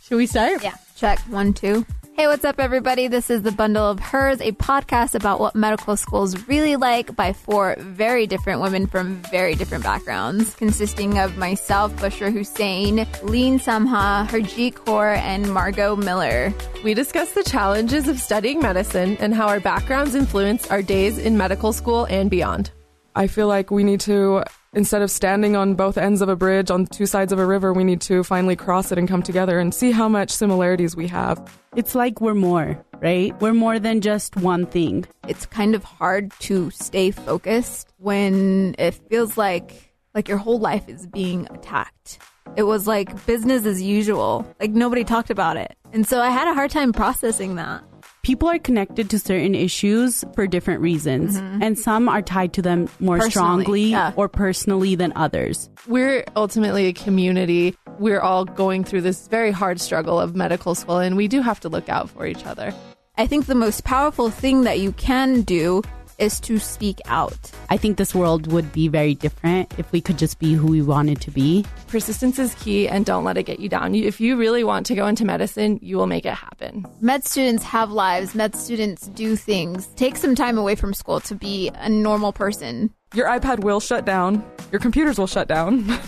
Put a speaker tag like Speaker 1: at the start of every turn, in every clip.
Speaker 1: Should we start?
Speaker 2: Yeah.
Speaker 3: Check one, two. Hey, what's up, everybody? This is The Bundle of Hers, a podcast about what medical school's really like by four very different women from very different backgrounds, consisting of myself, Bushra Hussein, Lean Samha, Harjeet Kaur, and Margot Miller.
Speaker 1: We discuss the challenges of studying medicine and how our backgrounds influence our days in medical school and beyond.
Speaker 4: I feel like we need to, instead of standing on both ends of a bridge on two sides of a river, we need to finally cross it and come together and see how much similarities we have.
Speaker 5: It's like we're more, right? We're more than just one thing.
Speaker 3: It's kind of hard to stay focused when it feels like like your whole life is being attacked. It was like business as usual. Like nobody talked about it. And so I had a hard time processing that.
Speaker 5: People are connected to certain issues for different reasons, and some are tied to them more
Speaker 3: Mm-hmm. Personally,
Speaker 5: strongly
Speaker 3: yeah.
Speaker 5: or personally than others.
Speaker 1: We're ultimately a community. We're all going through this very hard struggle of medical school, and we do have to look out for each other.
Speaker 3: I think the most powerful thing that you can do is to speak out.
Speaker 5: I think this world would be very different if we could just be who we wanted to be.
Speaker 1: Persistence is key, and don't let it get you down. You- If you really want to go into medicine, you will make it happen.
Speaker 3: Med students have lives, med students do things. Take some time away from school to be a normal person.
Speaker 4: Your iPad will shut down, your computers will shut down.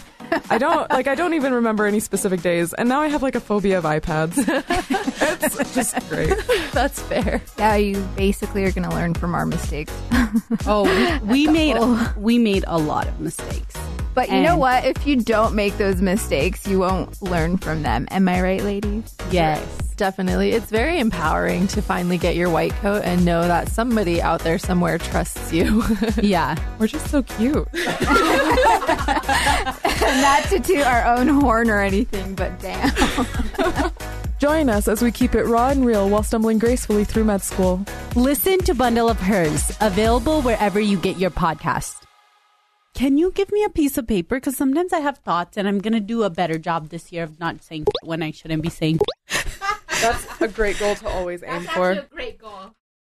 Speaker 4: I don't like I don't even remember any specific days and now I have like a phobia of iPads. it's just great.
Speaker 1: That's fair.
Speaker 3: Yeah, you basically are going to learn from our mistakes.
Speaker 5: Oh, we, we made we made a lot of mistakes.
Speaker 3: But you know
Speaker 5: And-
Speaker 3: what? If you don't make those mistakes, you won't learn from them. Am I right, ladies?
Speaker 5: Yes.
Speaker 1: Definitely. It's very empowering to finally get your white coat and know that somebody out there somewhere trusts you.
Speaker 5: yeah.
Speaker 4: We're just so cute.
Speaker 3: Not to toot our own horn or anything, but damn.
Speaker 4: Join us as we keep it raw and real while stumbling gracefully through med school.
Speaker 5: Listen to Bundle of Hers, available wherever you get your podcast. Can you give me a piece of paper? Because sometimes I have thoughts, and I'm going to do a better job this year of not saying when I shouldn't be saying.
Speaker 4: That's a great goal to always aim for.
Speaker 5: great